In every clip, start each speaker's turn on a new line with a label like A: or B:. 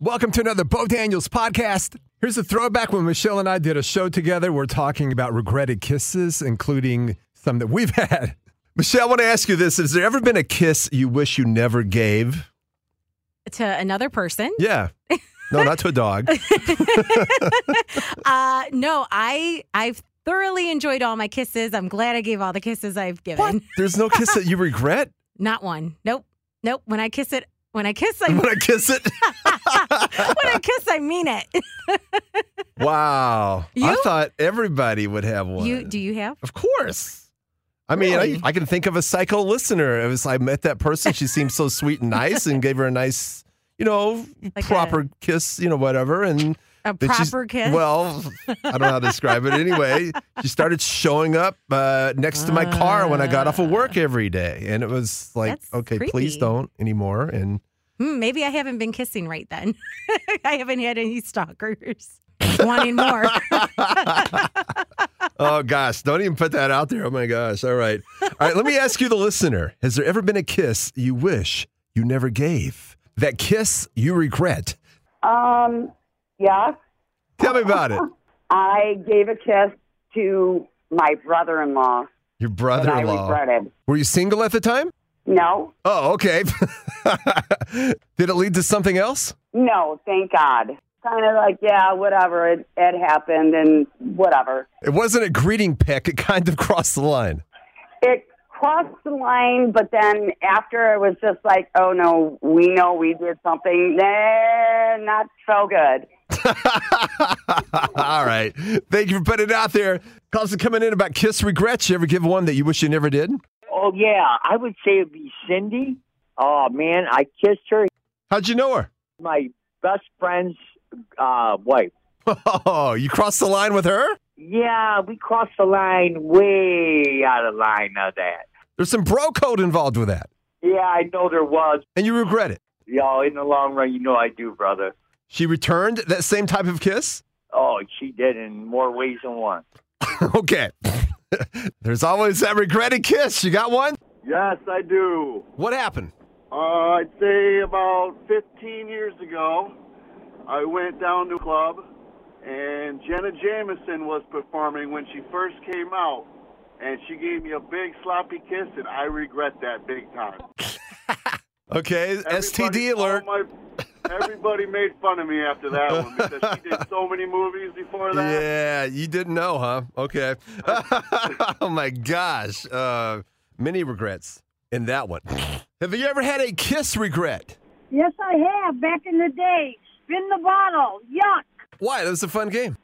A: Welcome to another Bo Daniels podcast. Here's a throwback when Michelle and I did a show together. We're talking about regretted kisses, including some that we've had.
B: Michelle, I want to ask you this. Has there ever been a kiss you wish you never gave?
C: to another person.
B: Yeah. No, not to a dog.
C: Uh, no, I I've thoroughly enjoyed all my kisses. I'm glad I gave all the kisses I've given.
B: There's no kiss that you regret
C: Not one. Nope. Nope. When I kiss it, when I kiss, I
B: when I kiss it?
C: when I kiss, I mean it.
B: Wow. I
C: You?
B: thought everybody would have one.
C: You do you have?
B: Of course. I mean,
C: Really?
B: I, I can think of a psycho listener. It was I met that person. She seemed so sweet and nice, and gave her a nice, you know,
C: Like
B: proper kiss, you know, whatever. And
C: A
B: then she's-
C: proper kiss.
B: Well, I don't know how to describe it. Anyway, she started showing up uh, next to my car when I got off of work every day, and it was like,
C: Ah. That's
B: okay, please
C: creepy.
B: don't anymore. And
C: Hmm, maybe I haven't been kissing right then. I haven't had any stalkers wanting more.
B: oh gosh, don't even put that out there. Oh my gosh. All right, all right. Let me ask you, the listener: Has there ever been a kiss you wish you never gave? That kiss you regret?
D: Um, yeah,
B: Tell me about it.
D: I gave a kiss to my brother-in-law
B: Your
D: that I
B: brother-in-law.
D: regretted.
B: Were you single at the time?
D: No,
B: Oh, okay. Did it lead to something else?
D: no, thank God. Kind of like, yeah, whatever. It, it happened and whatever.
B: It wasn't a greeting peck. It kind of crossed the line.
D: It crossed the line, but then after it was just like, oh no, we know we did something. Nah, not so good.
B: All right. Thank you for putting it out there. Calls are coming in about kiss regrets. You ever give one that you wish you never did?
E: Oh yeah, I would say it'd be Cindy. Oh man, I kissed her.
B: How'd you know her?
E: My best friend's uh, wife.
B: Oh, you crossed the line with her?
E: Yeah, we crossed the line way out of line of that.
B: There's some bro code involved with that,
E: Yeah, I know there was.
B: and you regret it.
E: You know, in the long run, you know I do, brother.
B: She returned that same type of kiss?
E: Oh, she did in more ways than one.
B: okay. There's always that regretted kiss. You got one?
F: Yes, I do.
B: What happened?
F: Uh, I'd say about 15 years ago, I went down to a club, and Jenna Jameson was performing when she first came out, and she gave me a big sloppy kiss, and I regret that big time.
B: Okay,
F: Everybody-
B: STD alert.
F: all my- everybody made fun of me after that one because she did so many movies before that.
B: Yeah, you didn't know, huh? Okay. oh my gosh. Uh, many regrets in that one. Have you ever had a kiss regret?
G: Yes, I have back in the day. Spin the bottle. Yuck.
B: Why? That was a fun game.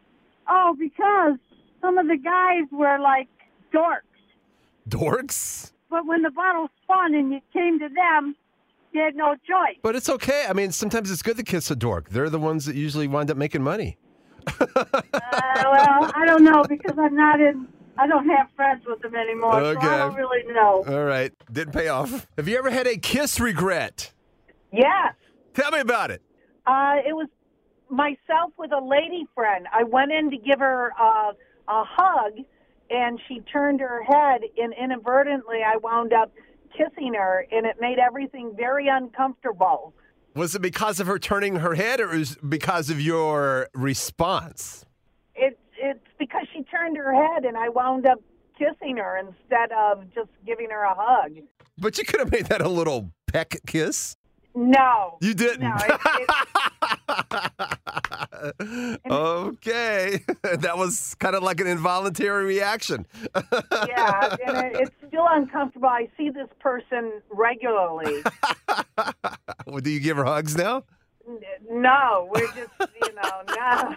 G: Oh, because some of the guys were like dorks.
B: Dorks.
G: But when the bottle spun and you came to them, you had no choice.
B: But it's okay. I mean, sometimes it's good to kiss a dork. They're the ones that usually wind up making money.
G: Uh, well, I don't know because I'm not in. I don't have friends with them anymore, so
B: Okay. Uh,
G: I don't really know.
B: All right. Didn't pay off. Have you ever had a kiss regret?
G: Yeah,
B: Tell me about it.
G: uh, it was myself with a lady friend. I went in to give her uh, a hug, and she turned her head, and inadvertently, I wound up kissing her, and it made everything very uncomfortable.
B: Was it because of her turning her head or is it because of your response?
G: It, it's because she turned her head, and I wound up kissing her instead of just giving her a hug.
B: But you could have made that a little peck kiss.
G: No.
B: You didn't.
G: No, it, it,
B: okay. That was kind of like an involuntary reaction.
G: yeah, and it, it's still uncomfortable. I see this person regularly.
B: Well, Do you give her hugs now?
G: No, we're just, you know, no.